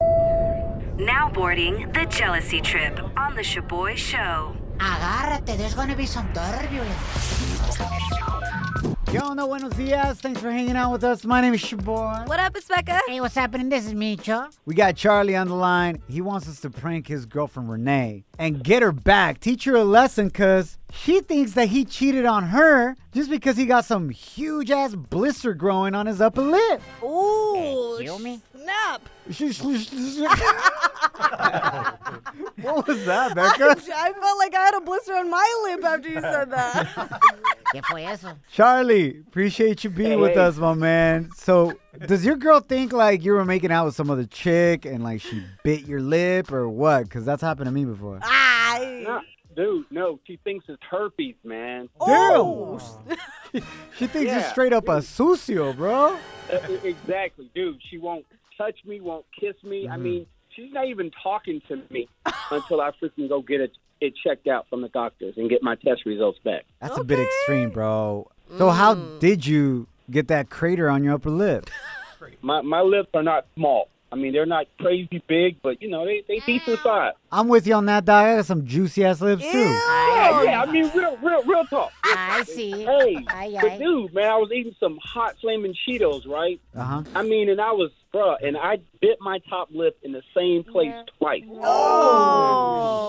Now boarding the jealousy trip on the Shaboy Show. Agárrate, there's gonna be some turbulence. Yo, no buenos dias. Thanks for hanging out with us. My name is your boy. What up? It's Becca. Hey, what's happening? This is Micho. We got Charlie on the line. He wants us to prank his girlfriend Renee and get her back. Teach her a lesson because she thinks that he cheated on her just because he got some huge ass blister growing on his upper lip. Ooh. Kill me? Snap. what was that, Becca? I felt like I had a blister on my lip after you said that. ¿Qué fue eso? Charlie, appreciate you being with us, my man. So, does your girl think like you were making out with some other chick and like she bit your lip or what? Because that's happened to me before. Ay. No, dude, no. She thinks it's herpes, man. Uh, Oh. She thinks you're Yeah. straight up a sucio, bro. Uh, e- exactly, dude. She won't touch me, won't kiss me. I mean, she's not even talking to me until I freaking go get it, it checked out from the doctors and get my test results back. That's a bit extreme, bro. So, how did you get that crater on your upper lip? My my lips are not small. I mean, they're not crazy big, but you know, they they decent Mm. size. I'm with you on that, Di. I got some juicy ass lips too. Oh, Yeah, yeah. I mean, real, real, real talk. I see. Hey, Ay, but ay. dude, man, I was eating some hot flaming Cheetos, right? Uh huh. I mean, and I was, bruh, and I bit my top lip in the same place twice. Oh.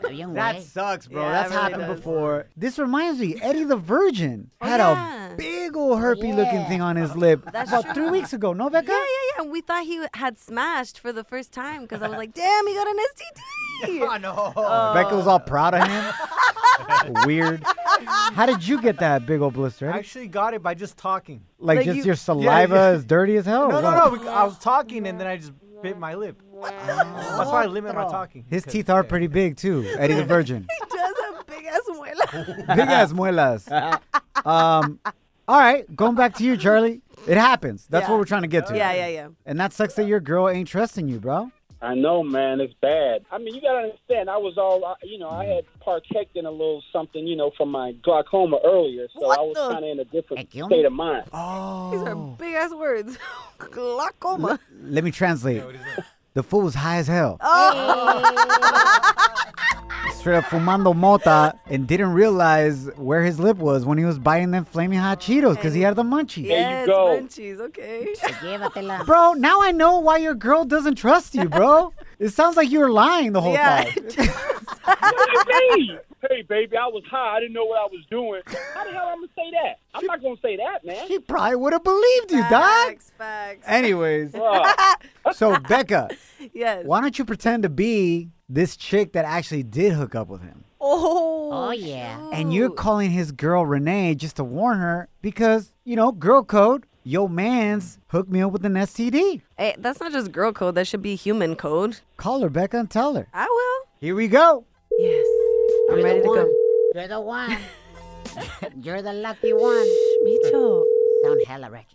Está bien, That güey. sucks, bro. Yeah, That's it really happened does. before. This reminds me, Eddie the Virgin Oh, had yeah. a big old herpy looking Yeah. thing on his lip That's about true. three weeks ago. No, Becca? Yeah, yeah, yeah. We thought he had smashed for the first time because I was like, damn, he got an Oh, STD. no. Uh, Becca was all proud of him. Weird. How did you get that big old blister? I Eddie? actually got it by just talking. Like, Like just you- your yeah, saliva yeah. is dirty as hell. No, or no, what? no. we- I was talking and then I just bit my lip. That's why I limit my talking. His because- teeth are yeah. pretty big, too. Eddie the Virgin. He does have big ass muela. big ass muelas. Um, all right, going back to you, Charlie. It happens. That's what Yeah. we're trying to get to. Yeah, yeah, yeah. And that sucks that your girl ain't trusting you, bro. I know, man. It's bad. I mean, you gotta understand. I was all, I- you know, I had partaked in a little something, you know, from my glaucoma earlier, so What I was the- kind of in a different Hey, Gilman? state of mind. Oh. These are big ass words. Glaucoma. Let me translate. The fool was high as hell. Oh. Straight up fumando mota and didn't realize where his lip was when he was biting them flaming hot Cheetos because he had the munchies. you Yes, go. munchies. Okay. Llévatela. Bro, now I know why your girl doesn't trust you, bro. it sounds like you were lying the whole Yeah. time. What do you mean? hey, baby, I was high. I didn't know what I was doing. How the hell I'm gonna say that? I'm not gonna say that, man. She probably would have believed you, dog. Facts, facts. Anyways, Bruh. so Becca, Yes. why don't you pretend to be this chick that actually did hook up with him? Oh. Oh, yeah. And you're shoot. calling his girl Renee just to warn her because, you know, girl code, yo man's hooked me up with an STD. Hey, that's not just girl code. That should be human code. Call her, Becca, and tell her. I will. Here we go. Yes. I'm ready to go. You're the one. You're the lucky one. Micho. Sound hella wrecked.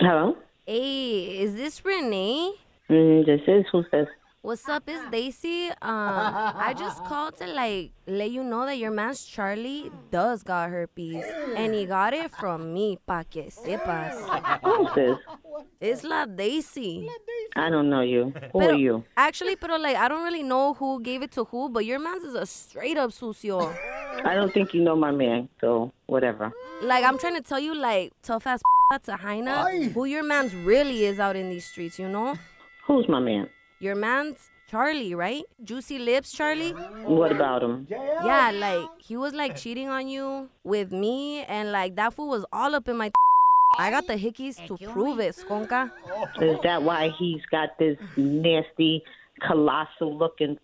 Hello? Hey, is this Renee? Mm, this is who's this? What's up? It's Daisy. Um, I just called to like let you know that your man's Charlie does got herpes, and he got it from me. Pa que sepas. Who's this? It's la Daisy. I don't know you. Who Pero- are you? Actually, pero like I don't really know who gave it to who, but your man's is a straight up sucio. I don't think you know my man, so whatever. Like I'm trying to tell you, like tough ass to Haina, who your man's really is out in these streets. You know, Who's my man? your man's Charlie, right? Juicy lips, Charlie. What about him? Yeah, like he was like cheating on you with me, and like that fool was all up in my. I got the hickeys to prove it, skonka. Is that why he's got this nasty, colossal looking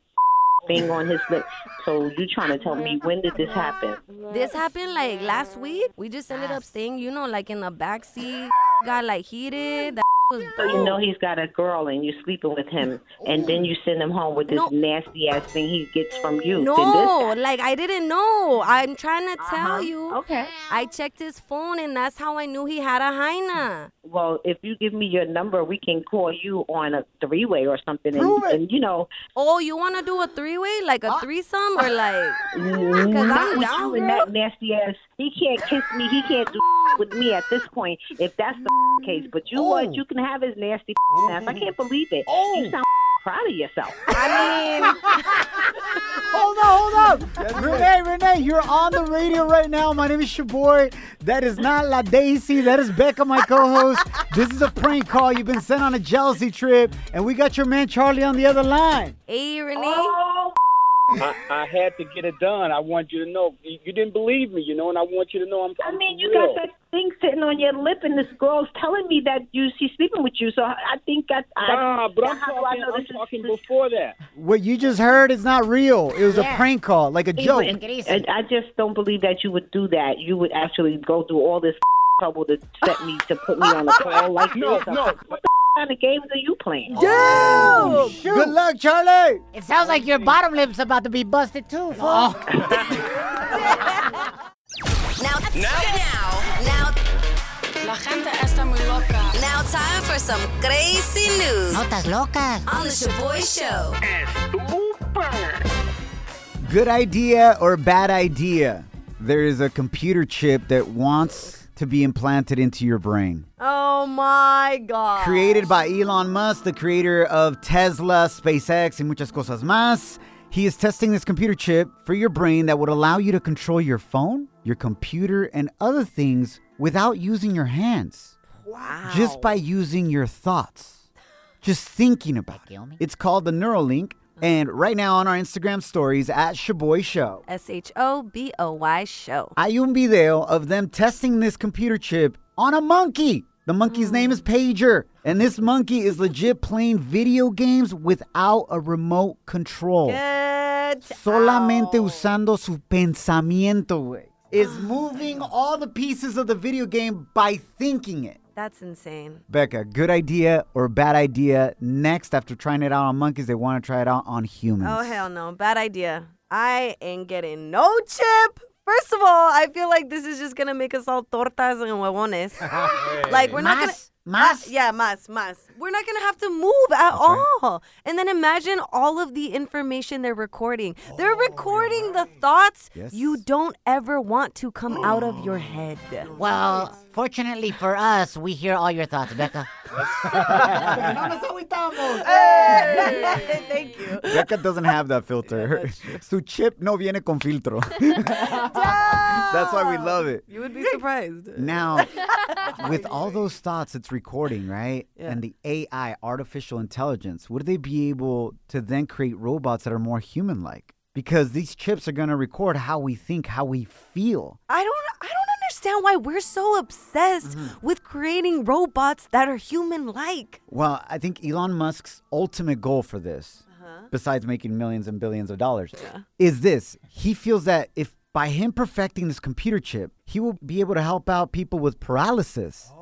thing on his lip? So you trying to tell me when did this happen? This happened like last week. We just ended up staying, you know, like in the back seat. Got like heated. That was So you dope. know he's got a girl and you're sleeping with him, and then you send him home with this No. nasty ass thing he gets from you. Then this No, like I didn't know. I'm trying to tell Uh-huh. you. Okay. I checked his phone, and that's how I knew he had a hyena. Well, if you give me your number, we can call you on a three way or something, and, and you know, Oh, you want to do a three-way, like a threesome, or like? Uh. not Mm-hmm. I'm with down, you and girl. that nasty ass. He can't kiss me. He can't do with me at this point. If that's the case, but you Oh. what? You can have his nasty ass. Mm-hmm. I can't believe it. You sound proud of yourself. I mean, Hold on, hold on. Renee, Renee, you're on the radio right now. My name is your boy. That is not La Daisy. That is Becca, my co host. This is a prank call. You've been sent on a jealousy trip, and we got your man Charlie on the other line. hey, Renee. Oh. I, I had to get it done. I want you to know. You you didn't believe me, you know, and I want you to know I'm. I I'm mean, you real. got that thing sitting on your lip, and this girl's telling me that you she's sleeping with you. So I I think that I. Nah, but I'm how do I talking, know I'm this is- talking this- before that. What you just heard is not real. It was a Yeah. prank call, like a joke. Even greasy. I, I just don't believe that you would do that. You would actually go through all this trouble to set me to put me on a call like No, this. no. What the kind of games are you playing? Good luck, Charlie. It sounds like your bottom lip's about to be busted too. fool. Oh. Now, now, now, La gente está muy loca. now, time for some crazy news Notas locas. on the Shaboy Show. Good idea or bad idea? There is a computer chip that wants to be implanted into your brain. Oh my God. Created by Elon Musk, the creator of Tesla, SpaceX, and muchas cosas más. He is testing this computer chip for your brain that would allow you to control your phone, your computer, and other things without using your hands. Wow. Just by using your thoughts. Just thinking about it. Kill me. It's called the Neuralink. And right now on our Instagram stories at Shaboy Show. S H O B O Y show. Hay un video of them testing this computer chip on a monkey. The monkey's Hmm. name is Pager, and this monkey is legit playing video games without a remote control. Oh. Good. Solamente usando su pensamiento, güey. Is moving all the pieces of the video game by thinking it. That's insane. Becca, good idea or bad idea? Next, after trying it out on monkeys, they want to try it out on humans. Oh hell no, bad idea. I ain't getting no chip. First of all, I feel like this is just gonna make us all tortas and huevones. like we're not gonna. Mas. Mas. Yeah, mas, mas. We're not gonna have to move at all. And then imagine all of the information they're recording. They're recording the thoughts Oh, Yes. Oh. you don't ever want to come out of your head. Well, fortunately for us, we hear all your thoughts, Becca. Thank you. Becca doesn't have that filter. Su chip no viene con filtro. That's why we love it. You would be surprised. Now, with all those thoughts, it's recording, right? And the AI, artificial intelligence, would they be able to then create robots that are more human like? Because these chips are going to record how we think, how we feel. I don't I don't understand why we're so obsessed Mm-hmm. with creating robots that are human like. Well, I think Elon Musk's ultimate goal for this, Uh-huh. besides making millions and billions of dollars, is this. He feels that if by him perfecting this computer chip, he will be able to help out people with paralysis. Oh.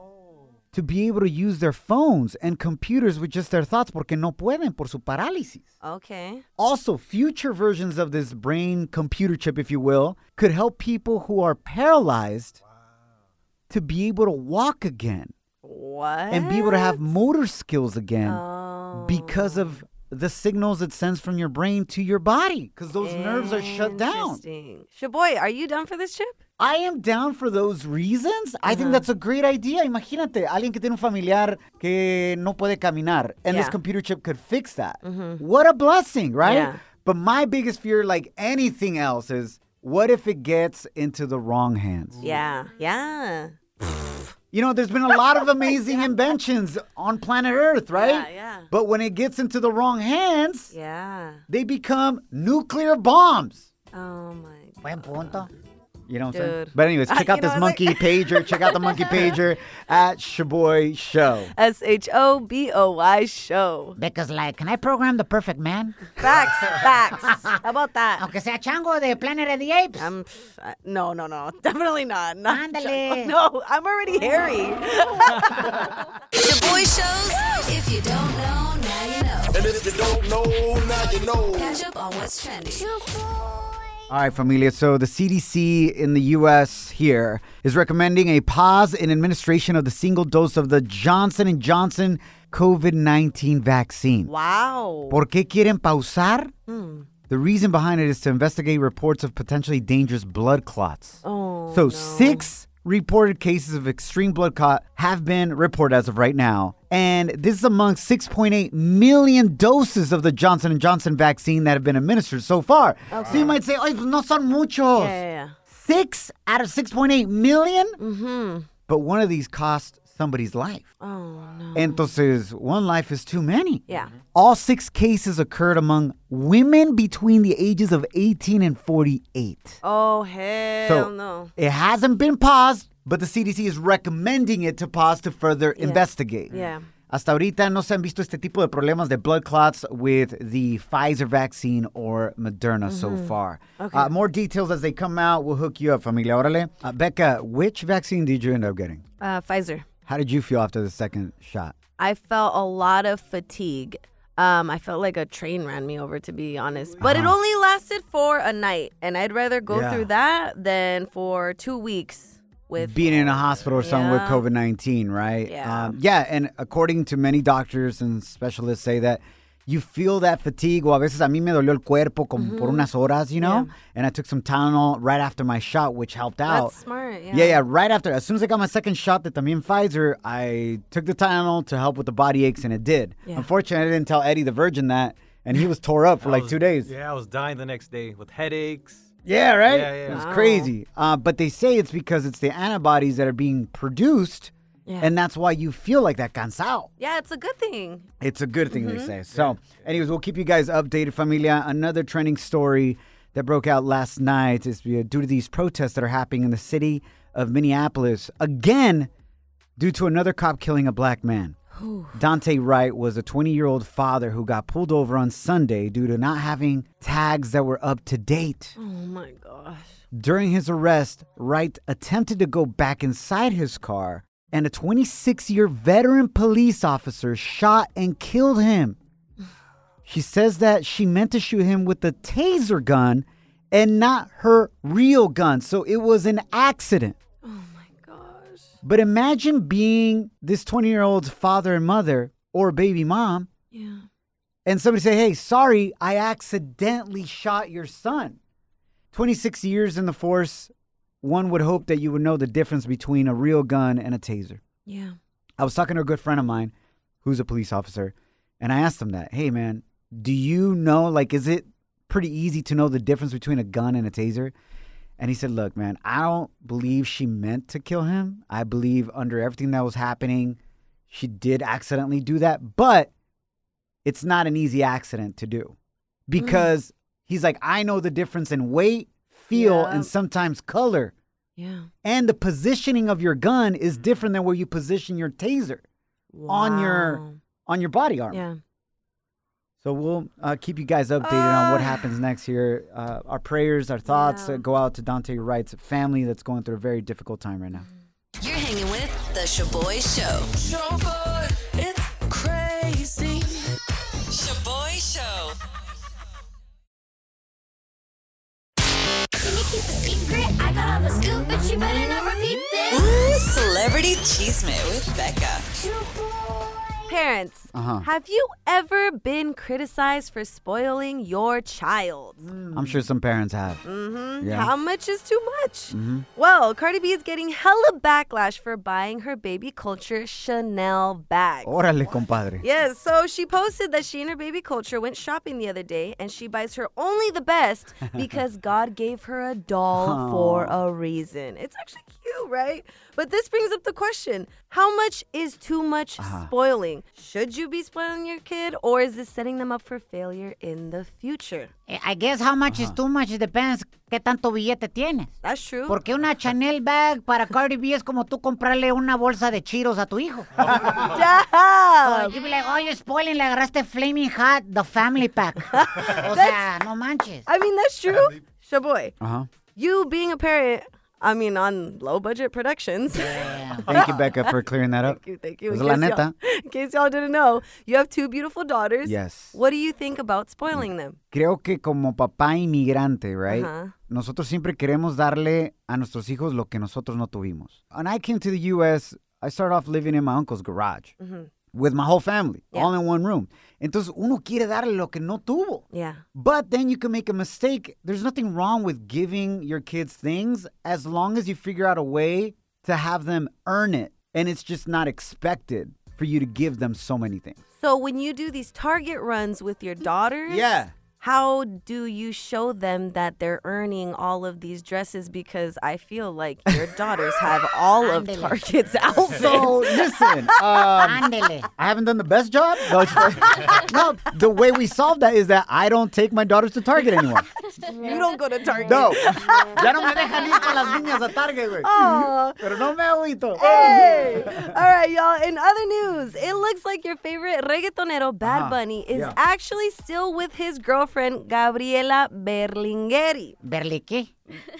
To be able to use their phones and computers with just their thoughts, porque no pueden por su parálisis. Okay. Also, future versions of this brain computer chip, if you will, could help people who are paralyzed to be able to walk again What? and be able to have motor skills again Oh. because of the signals it sends from your brain to your body because those nerves are shut down. Interesting. Shaboy, are you done for this chip? I am down for those reasons. I Uh-huh. think that's a great idea. Imagínate, alguien que tiene un familiar que no puede caminar, and this Yeah. Mm-hmm. computer chip could fix that. What a blessing, right? Yeah. But my biggest fear, like anything else, is what if it gets into the wrong hands? Yeah. Yeah. You know, there's been a lot of amazing inventions on planet Earth, right? Yeah, yeah. But when it gets into the wrong hands, Yeah. they become nuclear bombs. Oh my. Buen punto. You know what I'm saying? Dude. But anyways, check You out know, this I was like- monkey pager. Check out the monkey pager at Shaboy Show. S H O B O Y show. Becca's like, can I program the perfect man? Facts, facts. How about that? Aunque sea chango de Planet of the Apes. I'm, pff, I- no, no, no, definitely not. not Ándale. No, I'm already hairy. Shaboy shows. If you don't know, now you know. And if you don't know, now you know. Catch up on what's trending. All right, familia. So the CDC in the U.S. here is recommending a pause in administration of the single dose of the Johnson and Johnson COVID-19 vaccine. Wow. Hmm. ¿Por qué quieren pausar? The reason behind it is to investigate reports of potentially dangerous blood clots. Oh, so no. six reported cases of extreme blood clot have been reported as of right now, and this is among 6.8 million doses of the Johnson and Johnson vaccine that have been administered so far. So you might say, "Ay, pues no son muchos." Yeah, yeah, Six out of 6.8 million? yeah. hmm but one of these cost somebody's life. Oh no. Entonces, one life is too many. Yeah. All six cases occurred among women between the ages of 18 and 48. Oh hell So- no. It hasn't been paused, but the CDC is recommending it to pause to further investigate. Yeah. Hasta ahorita no se han visto este tipo de problemas de blood clots with the Pfizer vaccine or Moderna so far. Mm-hmm. Okay. Uh, more details as they come out. We'll hook you up, familia. Órale. Uh, Becca, which vaccine did you end up getting? Uh, Pfizer. How did you feel after the second shot? I felt a lot of fatigue. Um, I felt like a train ran me over, to be honest. But it only lasted for a night, and I'd rather go Uh-huh. Yeah. through that than for two weeks with Being in a hospital or something with Yeah. COVID 19, right? Yeah. Um, yeah. And according to many doctors and specialists, say that you feel that fatigue. Well, a veces a mí me dolió el cuerpo como Mm-hmm. por unas horas, you know? And I took some Tylenol right after my shot, which helped out. That's smart. Yeah. yeah. yeah, Right after, as soon as I got my second shot, that también Pfizer, I took the Tylenol to help with the body aches, and it did. Yeah. Unfortunately, I didn't tell Eddie the Virgin that, and he was tore up for I like was- two days. Yeah, I was dying the next day with headaches. Yeah, right? Yeah, yeah. It's Wow. crazy. Uh, but they say it's because it's the antibodies that are being produced, Yeah. and that's why you feel like that cansado. Yeah, it's a good thing. It's a good thing, Mm-hmm. they say. So, anyways, we'll keep you guys updated, familia. Another trending story that broke out last night is uh, due to these protests that are happening in the city of Minneapolis. Again, due to another cop killing a black man. Dante Wright was a 20 year old father who got pulled over on Sunday due to not having tags that were up to date. Oh my gosh. During his arrest, Wright attempted to go back inside his car, and a 26 year veteran police officer shot and killed him. She says that she meant to shoot him with a taser gun and not her real gun, so it was an accident. Gosh. But imagine being this 20 year old's father and mother or baby mom, Yeah. and somebody say, Hey, sorry, I accidentally shot your son. 26 years in the force, one would hope that you would know the difference between a real gun and a taser. Yeah. I was talking to a good friend of mine who's a police officer, and I asked him that, Hey, man, do you know, like, is it pretty easy to know the difference between a gun and a taser? And he said, Look, man, I don't believe she meant to kill him. I believe under everything that was happening, she did accidentally do that, but it's not an easy accident to do because he's like, I know the difference in weight, feel, Yeah. and sometimes color. Yeah. And the positioning of your gun is different than where you position your taser on your Wow. on your body armor. Yeah. So we'll uh, keep you guys updated on Ah. what happens next here. Uh, our prayers, our thoughts uh, go out to Dante Wright's family that's going through a very difficult time right now. You're hanging with The Shaboy Show. Showboy, it's crazy. Shaboy Show. Can you keep a secret? I got all the scoop, but you better not repeat this. celebrity cheesemate with Becca. Parents, Uh-huh. have you ever been criticized for spoiling your child? I'm sure some parents have. Mm-hmm. Mm. Yeah. Mm-hmm. How much is too much? Well, Cardi B is getting hella backlash for buying her baby culture Chanel bag. Órale, compadre. Yes, so she posted that she and her baby culture went shopping the other day and she buys her only the best because God gave her a doll for a reason. It's actually cute. you, right? But this brings up the question how much is too much spoiling? Should you be spoiling your kid, or is this setting them up for failure in the future? Eh, I guess how much is too much depends qué tanto billete tienes. That's true. Porque una Chanel bag para Cardi B es como tú comprarle una bolsa de chiros a tu hijo. Damn! You'd be like, oh, you're spoiling, le agarraste Flaming Hot, the family pack. o sea, no manches. I mean, that's true. Shaboy, Uh huh. you being a parent, I mean, on low budget productions. Thank you, Becca, for clearing that up. Thank you, thank you. In Pues la case, y'all, neta. in case y'all didn't know, you have two beautiful daughters. Yes. Mm. What do you think about spoiling them? Creo que como papá inmigrante, right? Ajá. Nosotros siempre queremos darle a nuestros hijos lo que nosotros no tuvimos. When I came to the U.S., I started off living in my uncle's garage with my whole family, Mm-hmm. Yeah. all in one room. Entonces, uno quiere darle lo que no tuvo. Yeah. But then you can make a mistake. There's nothing wrong with giving your kids things as long as you figure out a way to have them earn it. And it's just not expected for you to give them so many things. So when you do these target runs with your daughters, Yeah. how do you show them that they're earning all of these dresses? Because I feel like your daughters have all of Target's outfits. So listen, um, Ándele. I haven't done the best job. No, it's- no, the way we solve that is that I don't take my daughters to Target anymore. you don't go to Target. No. ya no me dejan ir con las niñas a Target, güey. Aw. Pero no me agüito. Hey! All right, y'all. In other news, it looks like your favorite reggaetonero, Bad Uh-huh. Bunny, is Yeah. actually still with his girlfriend, Gabriela Berlingeri. ¿Verle qué?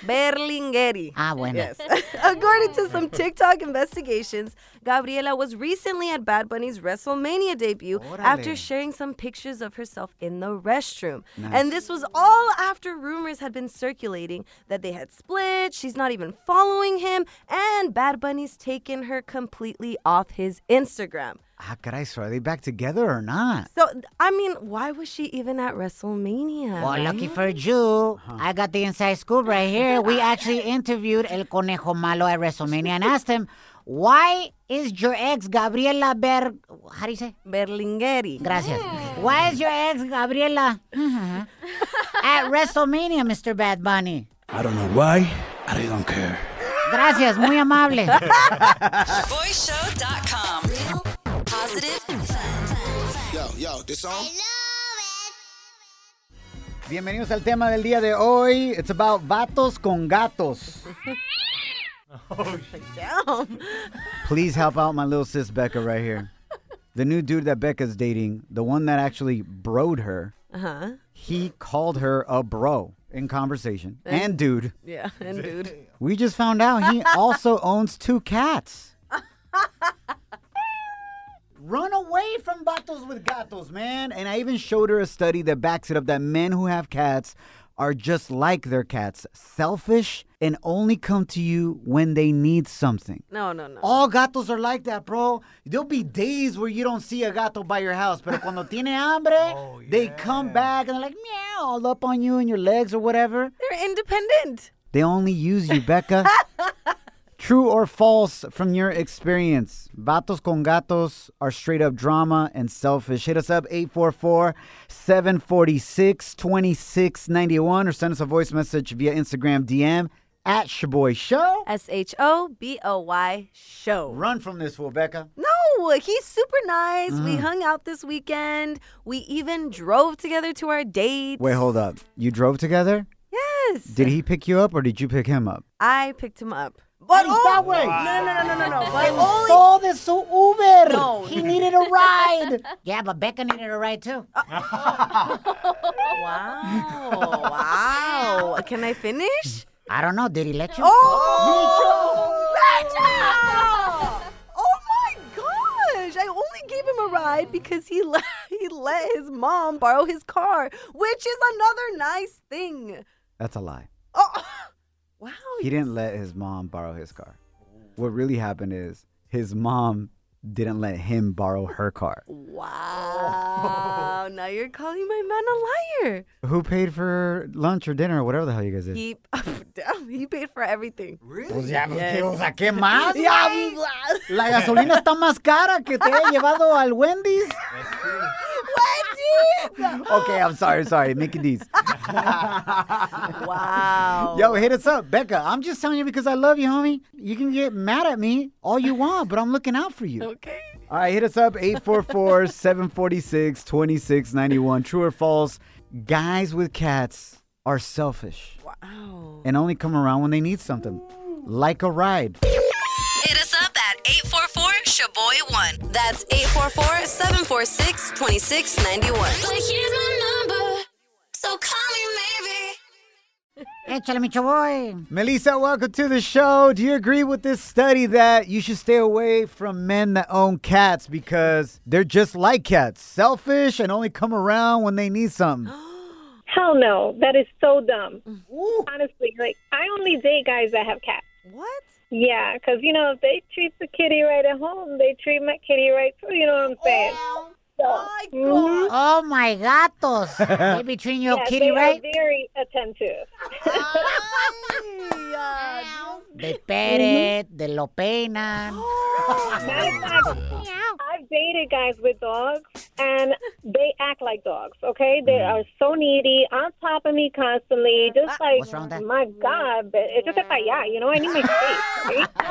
Berlingeri. Ah, bueno. Yes. According to some TikTok investigations, Gabriela was recently at Bad Bunny's WrestleMania debut after Órale. sharing some pictures of herself in the restroom. And this was all after rumors had been circulating that they had split, she's not even following him, and Bad Bunny's taken her completely off his Instagram. Ah, caray, so are they back together or Ah, not? So, I mean, why was she even at WrestleMania? Well, lucky for you, I got the inside scoop right here. We actually interviewed El Conejo Malo at WrestleMania and asked him, why is your ex Gabriela Ber... How do you say? Berlingeri. Gracias. Mm. Why is your ex Gabriela at WrestleMania, Mr. Bad Bunny? I don't know why. I don't care. Gracias, muy amable. Boyshow.com. Real, positive, fun. Yo, yo, this song? Bienvenidos al tema del día de hoy. It's about vatos con gatos. Damn. Please help out my little sis Becca right here. The new dude that Becca's dating, the one that actually broed her, Uh-huh. he called her a bro in conversation. And dude, Yeah, and dude. we just found out he also owns two cats. Run away from vatos with gatos, man. And I even showed her a study that backs it up that men who have cats are just like their cats, selfish and only come to you when they need something. No, no, no. All gatos are like that, bro. There'll be days where you don't see a gato by your house, pero cuando tiene hambre, they come back and they're like meow, all up on you and your legs or whatever. They're independent. They only use you, Becca. True or false from your experience? Vatos con gatos are straight up drama and selfish. Hit us up 844 746 2691 or send us a voice message via Instagram DM at Shaboy Show. S H O B O Y show. Run from this, fool, Becca. No, he's super nice. We hung out this weekend. We even drove together to our date. Wait, hold up. You drove together? Yes. Did he pick you up or did you pick him up? I picked him up. But He's that way. No, no, no, no, no, no. But only. All this so Uber. No. He needed a ride. Yeah, but Becca needed a ride too. Wow. Wow. Can I finish? I don't know, did he let you? Oh! Nacho! Oh my gosh! I only gave him a ride because he let, he let his mom borrow his car, which is another nice thing. That's a lie. Oh, wow! He didn't let his mom borrow his car. What really happened is his mom didn't let him borrow her car. Wow! Now you're calling my man a liar. Who paid for lunch or dinner or whatever the hell you guys did? He damn, he paid for everything. Pues ya, pues, ¿qué? O sea, ¿qué más? Yeah, La gasolina está más cara que te haya llevado al Wendy's. what? Okay, I'm sorry, sorry. Mickey D's. wow. Yo, hit us up, Becca. I'm just telling you because I love you, homie. You can get mad at me all you want, but I'm looking out for you. Okay. All right, hit us up 844 746 2691. True or false, guys with cats are selfish Wow. and only come around when they need something, like a ride. Hit us up at 844-SHABOY1. That's 844-746-2691. But here's my number, so call me maybe. Échale, mi chavoy. Melissa, welcome to the show. Do you agree with this study that you should stay away from men that own cats because they're just like cats, selfish and only come around when they need something? Hell no, that is so dumb. Mm. Honestly, like I only date guys that have cats. What? Yeah, 'cause you know if they treat the kitty right at home, they treat my kitty right too. You know what I'm saying? My God. Oh my gatos. They be treating your yeah, kitty they right. are very attentive. They pet it, Mm-hmm. they lo peinan. Matter of fact, I've dated guys with dogs, and they act like dogs. Okay, they Mm. are so needy, on top of me constantly, just like Uh, What's wrong with that? my God. But it's just like yeah, you know, I need my space. okay?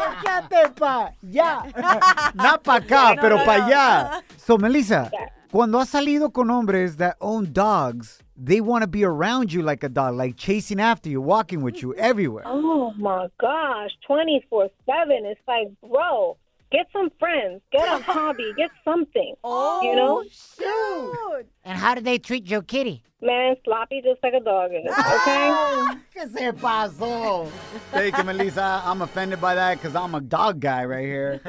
Not pa' acá, No, pero no, pa' no. allá. So, Melissa, Yeah. cuando has salido con hombres that own dogs, they want to be around you like a dog, like chasing after you, walking with you everywhere. Oh my gosh, 24 7. It's like, bro, get some friends, get a hobby, get something. Oh, you know, shoot. And how do they treat your kitty? man, sloppy just like a dog is, okay? ¿Qué se pasó? Thank you, Melissa. I'm offended by that because I'm a dog guy right here.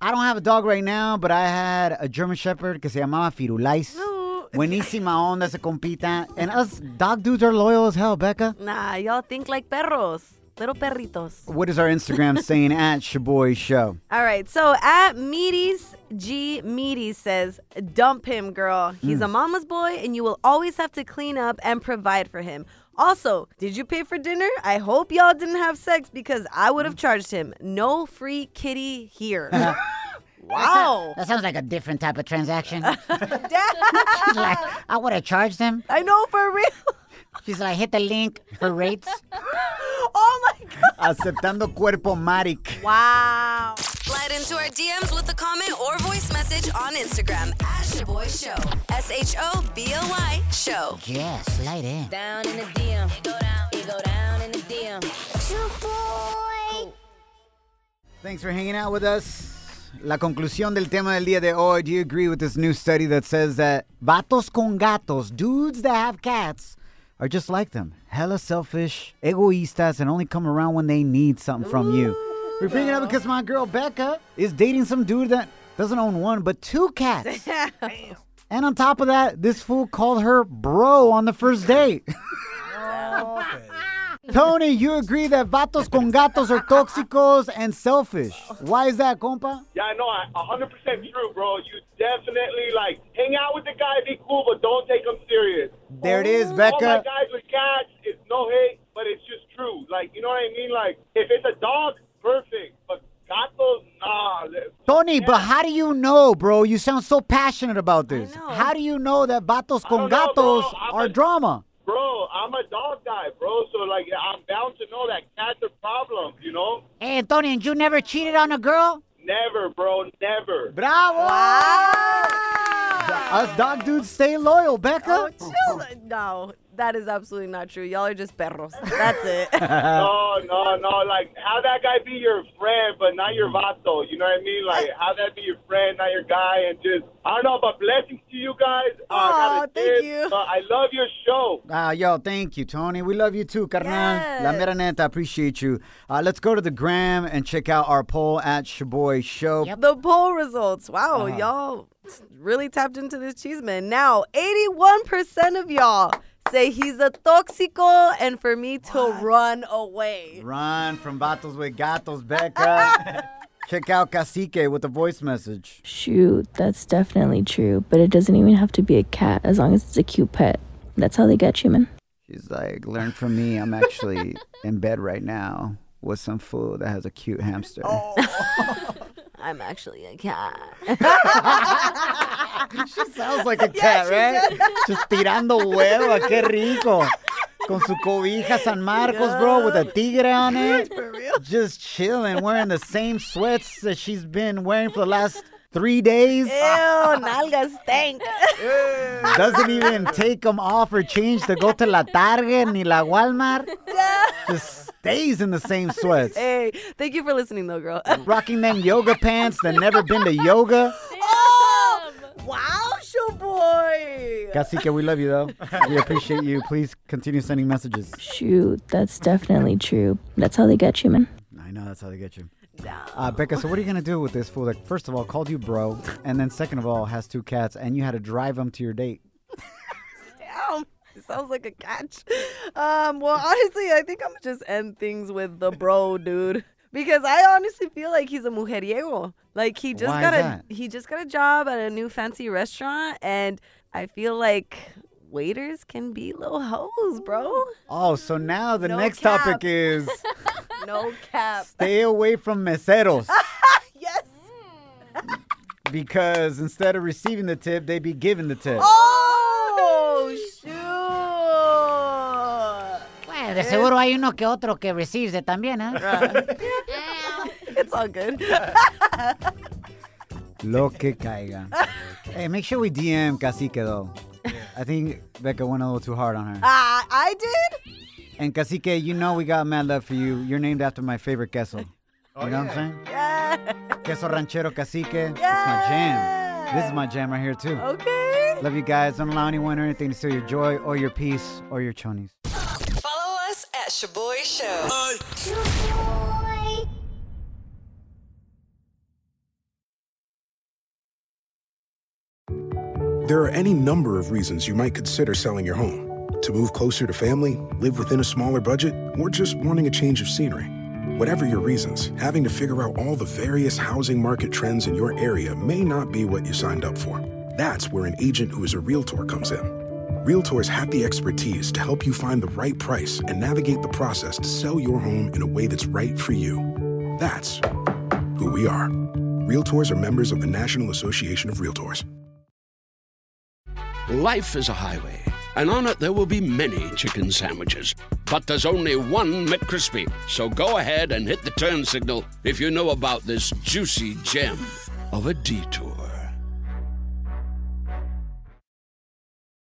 I don't have a dog right now, but I had a German Shepherd que se llamaba Firulais. No. Buenísima onda se compita. And us dog dudes are loyal as hell, Becca. Nah, y'all think like perros. Little perritos. What is our Instagram saying at Shaboy Show? All right, so at Meaties G Meaties says, dump him, girl. He's a mama's boy, and you will always have to clean up and provide for him. Also, did you pay for dinner? I hope y'all didn't have sex because I would have charged him. No free kitty here. wow. That sounds like a different type of transaction. Dad, She's like, I would have charged them. I know for real. She's like, hit the link for rates. Oh my God. Aceptando cuerpo maric. Wow. Slide into our DMs with a comment or voice message on Instagram at Shaboy Show. S H O B O Y Show. Yes, slide in. Down in the DM. It go down. It go down in the DM. Thanks for hanging out with us. La conclusión del tema del día de hoy. Do you agree with this new study that says that vatos con gatos, dudes that have cats, are just like them? Hella selfish, egoístas, and only come around when they need something from you. We're bringing it up because my girl Becca is dating some dude that doesn't own one but two cats. and on top of that, this fool called her bro on the first date. Tony, you agree that vatos con gatos are tóxicos and selfish. Why is that, compa? Yeah, no, I 100% true, bro. You definitely, like, hang out with the guy, be cool, but don't take him serious. There it is, All Oh my Becca. guys with cats, it's no hate, but it's just true. Like, you know what I mean? Like, if it's a dog, perfect. But gatos, nah. Tony, but how do you know, bro? You sound so passionate about this. know. How do you know that vatos con don't know, bro. gatos I'm are a- drama? Bro, I'm a dog guy, bro. So, like, I'm bound to know that cats are problems, you know? Hey, Antonio, and you never cheated on a girl? Never, bro, never. Bravo! Us dog dudes stay loyal, Becca. Chill. No, that is absolutely not true. Y'all are just perros. That's it. Uh, No, no, no. Like, have that guy be your friend, but not your vato. You know what I mean? Like, have that be your friend, not your guy. And just, I don't know, but blessings to you guys. Uh, I Aw, gotta thank dip, you. but I love your show. Ah, yo, thank you, Tony. We love you too, carnal. La mera neta, appreciate you. Uh, let's go to the gram and check out our poll at Shaboy Show. the poll results. Wow, y'all really tapped into this cheese man. Now, 81% of y'all say he's a toxico and for me to run away. Run from Vatos with Gatos, Becca. Check out Cacique with a voice message. Shoot, that's definitely true, but it doesn't even have to be a cat as long as it's a cute pet. That's how they get you, man. She's like, learn from me. I'm actually in bed right now with some fool that has a cute hamster. I'm actually a cat. She sounds like a cat, right? Just tirando hueva, ah, qué rico. Con su cobija San Marcos, bro, with a tigre on it. Just chilling, wearing the same sweats that she's been wearing for the last three days. Ew, nalgas stank. Doesn't even take them off or change to go to La Target ni La Walmart. Just stays in the same sweats. Hey, thank you for listening though, girl. Rocking them yoga pants that never been to yoga. Oh, wow, show boy. Cacique, we love you though. We appreciate you. Please continue sending messages. Shoot, that's definitely true. That's how they get you, man. I know that's how they get you. Uh, Becca, so what are you gonna do with this fool? Like, first of all, called you bro, and then second of all, has two cats, and you had to drive them to your date. Damn. It sounds like a catch. Um, well, honestly, I think I'm gonna just end things with the bro, dude. Because I honestly feel like he's a mujeriego. Like he just Why got is a that? he just got a job at a new fancy restaurant, and I feel like waiters can be little hoes, bro. Oh, so now the No next cap. topic is No cap. stay away from meseros yes. because instead of receiving the tip, they be giving the tip. Oh, shoot. Bueno, de seguro hay uno que otro que receives it también, ¿eh? It's all good. Lo que caiga. hey, make sure we DM Cacique though. I think Becca went a little too hard on her. Ah, I did? And Cacique, you know we got mad love for you. You're named after my favorite queso. you know what I'm saying? Oh, Yeah. Queso Ranchero Cacique. It's my jam. This is my jam right here too. Okay. Love you guys. Don't allow anyone or anything to steal your joy or your peace or your chonies. Follow us at Shaboy Show. There are any number of reasons you might consider selling your home to move closer to family, live within a smaller budget, or just wanting a change of scenery. Whatever your reasons, having to figure out all the various housing market trends in your area may not be what you signed up for. That's where an agent who is a realtor comes in. Realtors have the expertise to help you find the right price and navigate the process to sell your home in a way that's right for you. That's who we are. Realtors are members of the National Association of Realtors. Life is a highway, and on it there will be many chicken sandwiches. But there's only one McCrispy. So go ahead and hit the turn signal if you know about this juicy gem of a detour.